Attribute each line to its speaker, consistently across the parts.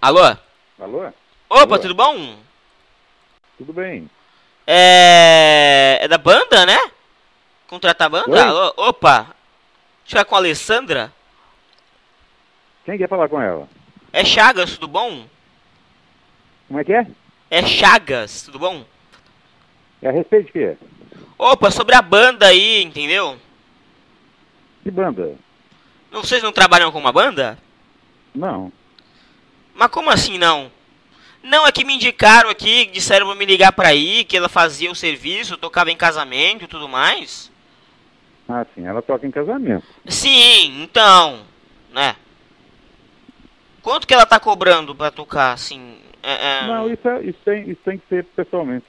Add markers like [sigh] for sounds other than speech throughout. Speaker 1: Alô?
Speaker 2: Alô?
Speaker 1: Opa,
Speaker 2: Alô?
Speaker 1: tudo bom?
Speaker 2: Tudo bem?
Speaker 1: É. É da banda, né? Contratar a
Speaker 2: Oi?
Speaker 1: banda? Alô? Opa! Deixa eu falar com a Alessandra.
Speaker 2: Quem quer falar com ela?
Speaker 1: É Chagas, tudo bom?
Speaker 2: Como é que é?
Speaker 1: É Chagas, tudo bom?
Speaker 2: É a respeito de quê?
Speaker 1: Opa, sobre a banda aí, entendeu?
Speaker 2: Que banda?
Speaker 1: Não, vocês não trabalham com uma banda?
Speaker 2: Não.
Speaker 1: Mas como assim não? Não, é que me indicaram aqui, disseram pra me ligar pra aí, que ela fazia o serviço, tocava em casamento e tudo mais.
Speaker 2: Ah, sim, ela toca em casamento.
Speaker 1: Sim, então, né? Quanto que ela tá cobrando pra tocar, assim? É, é...
Speaker 2: Não, isso, é- isso, tem, isso tem que ser pessoalmente.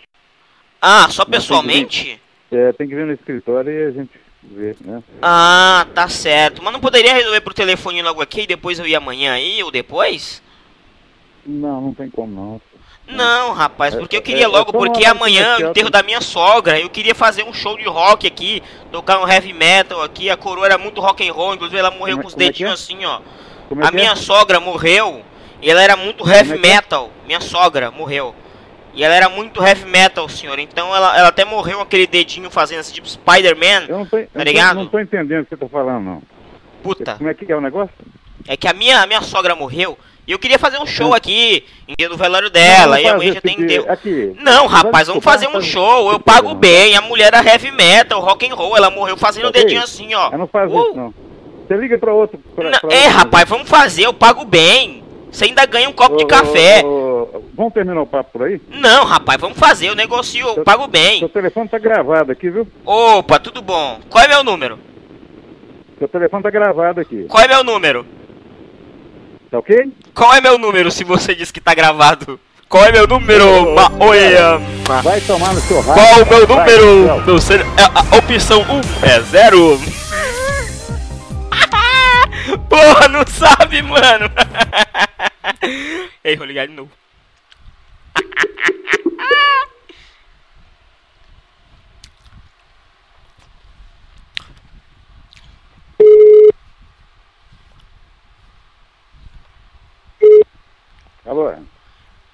Speaker 1: Ah, só
Speaker 2: tem
Speaker 1: pessoalmente?
Speaker 2: É, tem que vir no escritório e a gente vê, né?
Speaker 1: Ah, tá certo. Mas não poderia resolver por telefone logo aqui e depois eu ir amanhã aí ou depois?
Speaker 2: Não, não tem como não.
Speaker 1: Não, rapaz,
Speaker 2: É,
Speaker 1: porque eu
Speaker 2: é,
Speaker 1: queria
Speaker 2: é
Speaker 1: logo,
Speaker 2: só uma
Speaker 1: porque
Speaker 2: hora
Speaker 1: amanhã é
Speaker 2: comercial,
Speaker 1: o enterro da minha sogra, eu queria fazer um show de rock aqui, tocar um heavy metal aqui, a coroa era muito rock and roll, inclusive ela morreu
Speaker 2: Como é-
Speaker 1: com os
Speaker 2: como é que
Speaker 1: dedinhos
Speaker 2: é?
Speaker 1: assim, ó.
Speaker 2: Como é
Speaker 1: A
Speaker 2: que
Speaker 1: minha sogra morreu e ela era muito heavy
Speaker 2: é que é?
Speaker 1: metal. Minha sogra morreu. E ela era muito heavy metal, senhor. Então ela, ela até morreu com aquele dedinho fazendo assim, tipo Spider-Man.
Speaker 2: Eu não tô, eu não tô-
Speaker 1: Tá ligado? Tá.
Speaker 2: não tô entendendo o que você tá falando, não.
Speaker 1: Puta.
Speaker 2: Como é que é o negócio?
Speaker 1: É que a minha, a minha sogra morreu e eu queria fazer um show aqui, em dia do velório dela,
Speaker 2: É. Não,
Speaker 1: É, e
Speaker 2: assim faz
Speaker 1: amanhã já
Speaker 2: esse
Speaker 1: tem
Speaker 2: dia.
Speaker 1: enterro.
Speaker 2: Aqui.
Speaker 1: Não,
Speaker 2: Vai
Speaker 1: rapaz, vamos
Speaker 2: desculpar,
Speaker 1: fazer um
Speaker 2: faz-
Speaker 1: show, eu
Speaker 2: desculpa,
Speaker 1: pago
Speaker 2: não.
Speaker 1: bem. A mulher era heavy metal, rock and roll, ela morreu fazendo o
Speaker 2: Ok.
Speaker 1: dedinho assim, ó.
Speaker 2: Ela não faz
Speaker 1: Uh.
Speaker 2: isso, não. Você liga pra outro. Pra,
Speaker 1: Não,
Speaker 2: pra
Speaker 1: é,
Speaker 2: outro-
Speaker 1: rapaz, vamos fazer, eu pago bem. Você ainda ganha um copo de
Speaker 2: Ô,
Speaker 1: café.
Speaker 2: ô, ô, vamos terminar o papo por aí?
Speaker 1: Não, rapaz, vamos fazer, eu negocio, eu pago bem.
Speaker 2: Seu telefone tá gravado aqui, viu?
Speaker 1: Opa, tudo bom. Qual é meu número?
Speaker 2: Seu telefone tá gravado aqui.
Speaker 1: Qual é meu número?
Speaker 2: Tá ok?
Speaker 1: Qual é meu número se você diz que tá gravado? Qual é meu número? Maoia?
Speaker 2: Vai tomar no seu rádio.
Speaker 1: Tá. Qual é o meu
Speaker 2: Vai,
Speaker 1: número?
Speaker 2: tchau.
Speaker 1: Não sei, é, a, a opção 1 é zero. [laughs] Porra, não sabe, mano. [laughs] Ei, vou ligar de novo.
Speaker 2: Alô?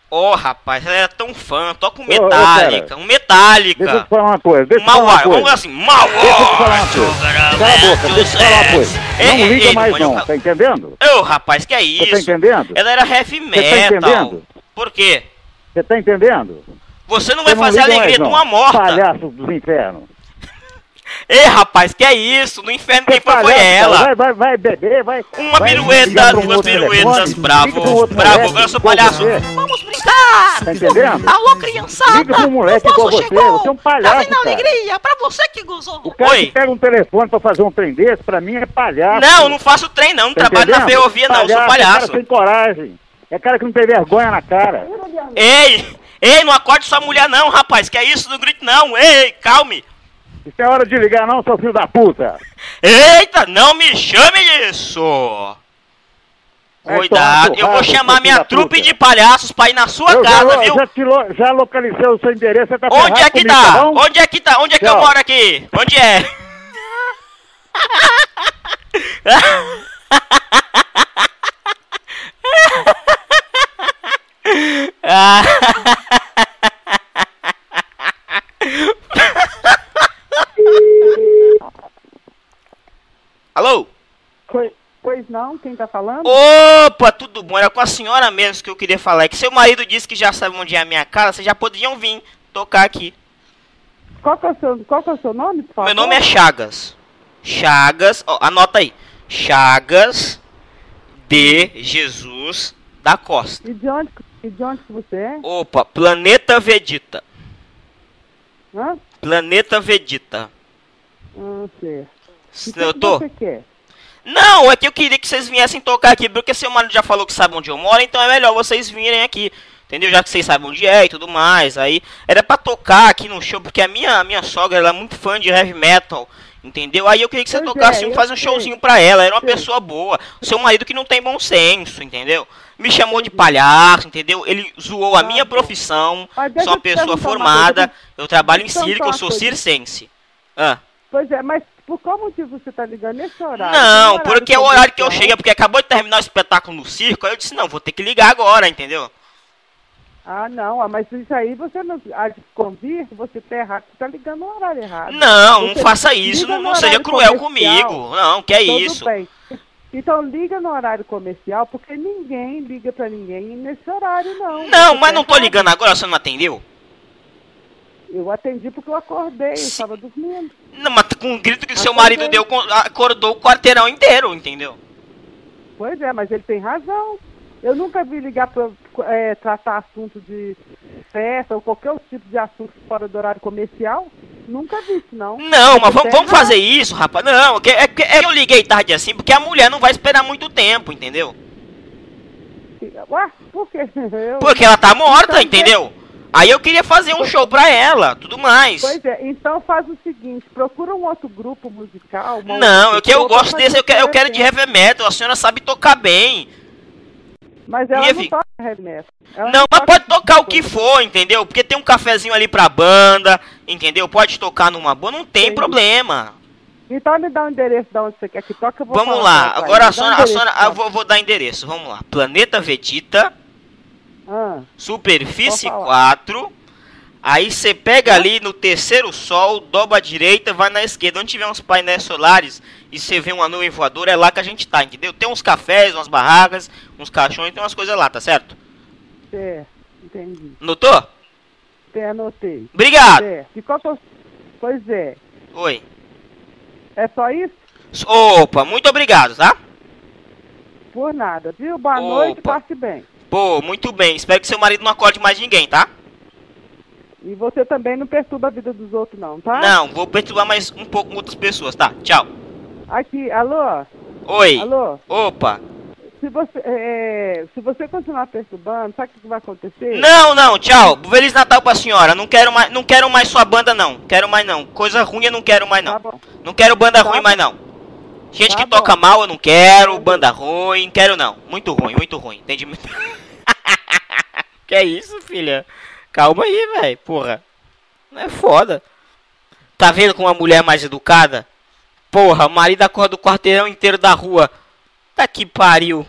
Speaker 1: Ô, rapaz, ela era tão fã. Toca um
Speaker 2: Ô, ô, cara.
Speaker 1: Metallica, um Metallica.
Speaker 2: Deixa eu te falar uma coisa. Deixa eu te
Speaker 1: Mau
Speaker 2: falar
Speaker 1: ar,
Speaker 2: uma
Speaker 1: vamos
Speaker 2: coisa.
Speaker 1: assim, mau
Speaker 2: Deixa eu te falar
Speaker 1: ar.
Speaker 2: uma coisa. Cala a boca, deixa eu te falar uma coisa.
Speaker 1: Ei,
Speaker 2: Não
Speaker 1: ei,
Speaker 2: liga
Speaker 1: ei,
Speaker 2: mais
Speaker 1: mano,
Speaker 2: não,
Speaker 1: cala-
Speaker 2: tá entendendo?
Speaker 1: Ô, rapaz, que é
Speaker 2: Você tá
Speaker 1: isso?
Speaker 2: entendendo? tá
Speaker 1: Ela era heavy metal.
Speaker 2: entendendo?
Speaker 1: Por quê?
Speaker 2: Você tá entendendo?
Speaker 1: Você não vai
Speaker 2: Você não
Speaker 1: fazer a
Speaker 2: liga
Speaker 1: alegria de
Speaker 2: mais,
Speaker 1: uma
Speaker 2: não.
Speaker 1: morta.
Speaker 2: Palhaço dos infernos.
Speaker 1: Ei, rapaz, que é isso? No inferno quem
Speaker 2: Você é
Speaker 1: foi foi
Speaker 2: palhaço,
Speaker 1: ela.
Speaker 2: Vai, vai, vai beber, vai.
Speaker 1: Uma
Speaker 2: vai
Speaker 1: pirueta,
Speaker 2: ligar pra um
Speaker 1: duas
Speaker 2: outro
Speaker 1: piruetas,
Speaker 2: telefone, liga pra um
Speaker 1: bravo,
Speaker 2: outro
Speaker 1: bravo,
Speaker 2: moleque
Speaker 1: eu sou
Speaker 2: igual
Speaker 1: palhaço.
Speaker 2: você.
Speaker 1: Vamos brincar!
Speaker 2: Tá entendendo?
Speaker 1: Alô, criançada!
Speaker 2: Liga pra um moleque
Speaker 1: o
Speaker 2: igual
Speaker 1: povo
Speaker 2: você, você é um palhaço,
Speaker 1: vendo a
Speaker 2: cara.
Speaker 1: alegria, pra você que gozou.
Speaker 2: O cara
Speaker 1: Oi!
Speaker 2: que pega um telefone pra fazer um trem desse, pra mim é palhaço.
Speaker 1: Não, não faço trem não, não
Speaker 2: Tá
Speaker 1: trabalho na
Speaker 2: entendendo?
Speaker 1: ferrovia não, eu sou
Speaker 2: É
Speaker 1: palhaço.
Speaker 2: cara sem coragem. É cara que não tem vergonha na cara.
Speaker 1: Ei, ei, não acorde sua mulher não, rapaz, que é isso? Não grite não, ei, calme.
Speaker 2: Isso é hora de ligar não, seu filho da puta.
Speaker 1: Eita, não me chame disso!
Speaker 2: Vai
Speaker 1: Cuidado,
Speaker 2: tomar
Speaker 1: eu vou
Speaker 2: É porrada,
Speaker 1: chamar
Speaker 2: seu
Speaker 1: minha
Speaker 2: filho da
Speaker 1: trupe
Speaker 2: puta.
Speaker 1: de palhaços pra ir na sua
Speaker 2: Eu já,
Speaker 1: casa,
Speaker 2: lo-
Speaker 1: viu?
Speaker 2: já, te lo- já localizei o seu endereço, você tá ferrado
Speaker 1: Onde é que
Speaker 2: comigo, tá
Speaker 1: tá?
Speaker 2: bom?
Speaker 1: Onde é que tá? Onde é que eu
Speaker 2: Tchau.
Speaker 1: moro aqui? Onde é? Alô?
Speaker 3: Pois, pois não, quem tá falando?
Speaker 1: Opa, tudo bom? Era com a senhora mesmo que eu queria falar. É que seu marido disse que já sabe onde é a minha casa, vocês já podiam vir tocar aqui.
Speaker 3: Qual, que é o seu, qual que é o seu nome, por favor?
Speaker 1: Meu nome é Chagas. Chagas, ó, anota aí. Chagas de Jesus da Costa.
Speaker 3: E de onde, e de onde que você é?
Speaker 1: Opa, Planeta Vedita.
Speaker 3: Hã?
Speaker 1: Planeta Vedita.
Speaker 3: Não sei. E o que
Speaker 1: Eu
Speaker 3: que
Speaker 1: tô?
Speaker 3: você quer?
Speaker 1: Não, é que eu queria que vocês viessem tocar aqui, porque seu marido já falou que sabe onde eu moro, então é melhor vocês virem aqui. Entendeu? Já que vocês sabem onde é e tudo mais. Aí era pra tocar aqui no show, porque a minha, a minha sogra ela é muito fã de heavy metal. Entendeu? Aí eu queria que você
Speaker 3: Pois é,
Speaker 1: tocasse um,
Speaker 3: eu
Speaker 1: faz um
Speaker 3: sei.
Speaker 1: showzinho pra ela. Era uma
Speaker 3: Sei.
Speaker 1: pessoa boa. O seu marido que não tem bom senso, entendeu? Me chamou de palhaço, entendeu? Ele zoou a
Speaker 3: Tá
Speaker 1: minha
Speaker 3: bom.
Speaker 1: profissão.
Speaker 3: Mas deixa
Speaker 1: Sou uma
Speaker 3: eu te perguntar
Speaker 1: pessoa
Speaker 3: uma coisa,
Speaker 1: formada. Eu trabalho em
Speaker 3: deixa eu te
Speaker 1: circo, eu
Speaker 3: perguntar
Speaker 1: sou
Speaker 3: uma coisa.
Speaker 1: circense. Ah.
Speaker 3: Pois é, mas Por qual motivo você tá ligando nesse horário?
Speaker 1: Não,
Speaker 3: Tem
Speaker 1: porque é o
Speaker 3: pra
Speaker 1: horário que eu
Speaker 3: ligar?
Speaker 1: cheguei, porque acabou de terminar o espetáculo no circo, aí eu disse, não, vou ter que ligar agora, entendeu?
Speaker 3: Ah, não, ah, mas isso aí você não. Ah, de convir, você tá errado. Você tá ligando no horário errado.
Speaker 1: Não, não
Speaker 3: Você
Speaker 1: faça isso,
Speaker 3: liga
Speaker 1: não,
Speaker 3: no
Speaker 1: não seja
Speaker 3: horário
Speaker 1: cruel
Speaker 3: comercial.
Speaker 1: comigo. Não, que é
Speaker 3: Tudo
Speaker 1: isso.
Speaker 3: bem. Então liga no horário comercial, porque ninguém liga pra ninguém nesse horário, não.
Speaker 1: Não,
Speaker 3: Você
Speaker 1: mas
Speaker 3: tá
Speaker 1: não tô
Speaker 3: errado.
Speaker 1: ligando agora, você não atendeu?
Speaker 3: Eu atendi porque eu acordei, eu estava dormindo.
Speaker 1: Não, mas com o grito que
Speaker 3: Mas tá
Speaker 1: seu marido
Speaker 3: também-
Speaker 1: deu, co- acordou o quarteirão inteiro, entendeu?
Speaker 3: Pois é, mas ele tem razão. Eu nunca vi ligar para tratar assunto de festa ou qualquer outro tipo de assunto fora do horário comercial. Nunca vi isso, não.
Speaker 1: Não, mas
Speaker 3: Você
Speaker 1: vamos,
Speaker 3: tá
Speaker 1: vamos
Speaker 3: errado.
Speaker 1: fazer isso, rapaz. Não, que- é que é que eu liguei tarde assim, porque a mulher não vai esperar muito tempo, entendeu?
Speaker 3: Ué, por quê? [laughs] Eu-
Speaker 1: Porque ela tá morta,
Speaker 3: Então,
Speaker 1: entendeu? Aí eu queria fazer um show pra ela, tudo mais.
Speaker 3: Pois é, então faz o seguinte, procura um outro grupo musical. uma
Speaker 1: Não,
Speaker 3: outra
Speaker 1: eu, que eu
Speaker 3: pessoa pra
Speaker 1: gosto desse, eu, que- eu
Speaker 3: fazer
Speaker 1: quero de
Speaker 3: remédio.
Speaker 1: heavy metal, a senhora sabe tocar bem.
Speaker 3: Mas ela
Speaker 1: Minha
Speaker 3: não
Speaker 1: filha.
Speaker 3: toca remédio. Ela
Speaker 1: Não, mas
Speaker 3: toca
Speaker 1: pode
Speaker 3: esse
Speaker 1: tocar o
Speaker 3: tipo
Speaker 1: que
Speaker 3: de coisa.
Speaker 1: for, entendeu? Porque tem um cafezinho ali pra banda, entendeu? Pode tocar numa boa, não tem
Speaker 3: Entendi.
Speaker 1: problema.
Speaker 3: Então me dá o endereço de onde você quer que toque, eu vou
Speaker 1: Vamos
Speaker 3: falar
Speaker 1: lá,
Speaker 3: com ela.
Speaker 1: agora
Speaker 3: Me
Speaker 1: a
Speaker 3: dá o
Speaker 1: senhora, a
Speaker 3: endereço,
Speaker 1: senhora,
Speaker 3: então.
Speaker 1: eu vou, vou dar endereço, vamos lá. Planeta Vegeta,
Speaker 3: Ah.
Speaker 1: superfície
Speaker 3: Vou
Speaker 1: 4. Aí você pega ali no terceiro sol, dobra à direita, vai na esquerda. Onde tiver uns painéis solares e você vê uma nuvem voadora, é lá que a gente tá, entendeu? Tem uns cafés, umas barracas, uns caixões, tem umas coisas lá, tá certo?
Speaker 3: É, entendi.
Speaker 1: Notou?
Speaker 3: Até anotei.
Speaker 1: Obrigado.
Speaker 3: É, de qual que eu- Pois é.
Speaker 1: Oi.
Speaker 3: É só isso?
Speaker 1: Opa, muito obrigado, tá?
Speaker 3: Por nada, viu? Boa
Speaker 1: Opa.
Speaker 3: noite, passe bem.
Speaker 1: Pô, muito bem. Espero que seu marido não acorde mais ninguém, tá?
Speaker 3: E você também não perturba a vida dos outros, não, tá?
Speaker 1: Não, vou perturbar mais um pouco outras pessoas, tá? Tchau.
Speaker 3: Aqui, alô?
Speaker 1: Oi.
Speaker 3: Alô?
Speaker 1: Opa.
Speaker 3: Se você, é, se você continuar perturbando, sabe o que vai acontecer?
Speaker 1: Não, não, tchau. Feliz Natal pra senhora. Não quero mais, não quero mais sua banda não. Quero mais não. Coisa ruim eu não quero mais
Speaker 3: Tá
Speaker 1: não.
Speaker 3: bom.
Speaker 1: Não quero banda
Speaker 3: Tá
Speaker 1: ruim
Speaker 3: bom.
Speaker 1: mais não. Gente
Speaker 3: Tá
Speaker 1: que
Speaker 3: bom. Tá
Speaker 1: toca mal eu não quero, banda ruim, quero não. Muito ruim, muito ruim. Entendi muito. [laughs] que é isso, filha? Calma aí, velho. Porra. Não é foda. Tá vendo com uma mulher mais educada? Porra, o marido acorda o quarteirão inteiro da rua. Tá que pariu.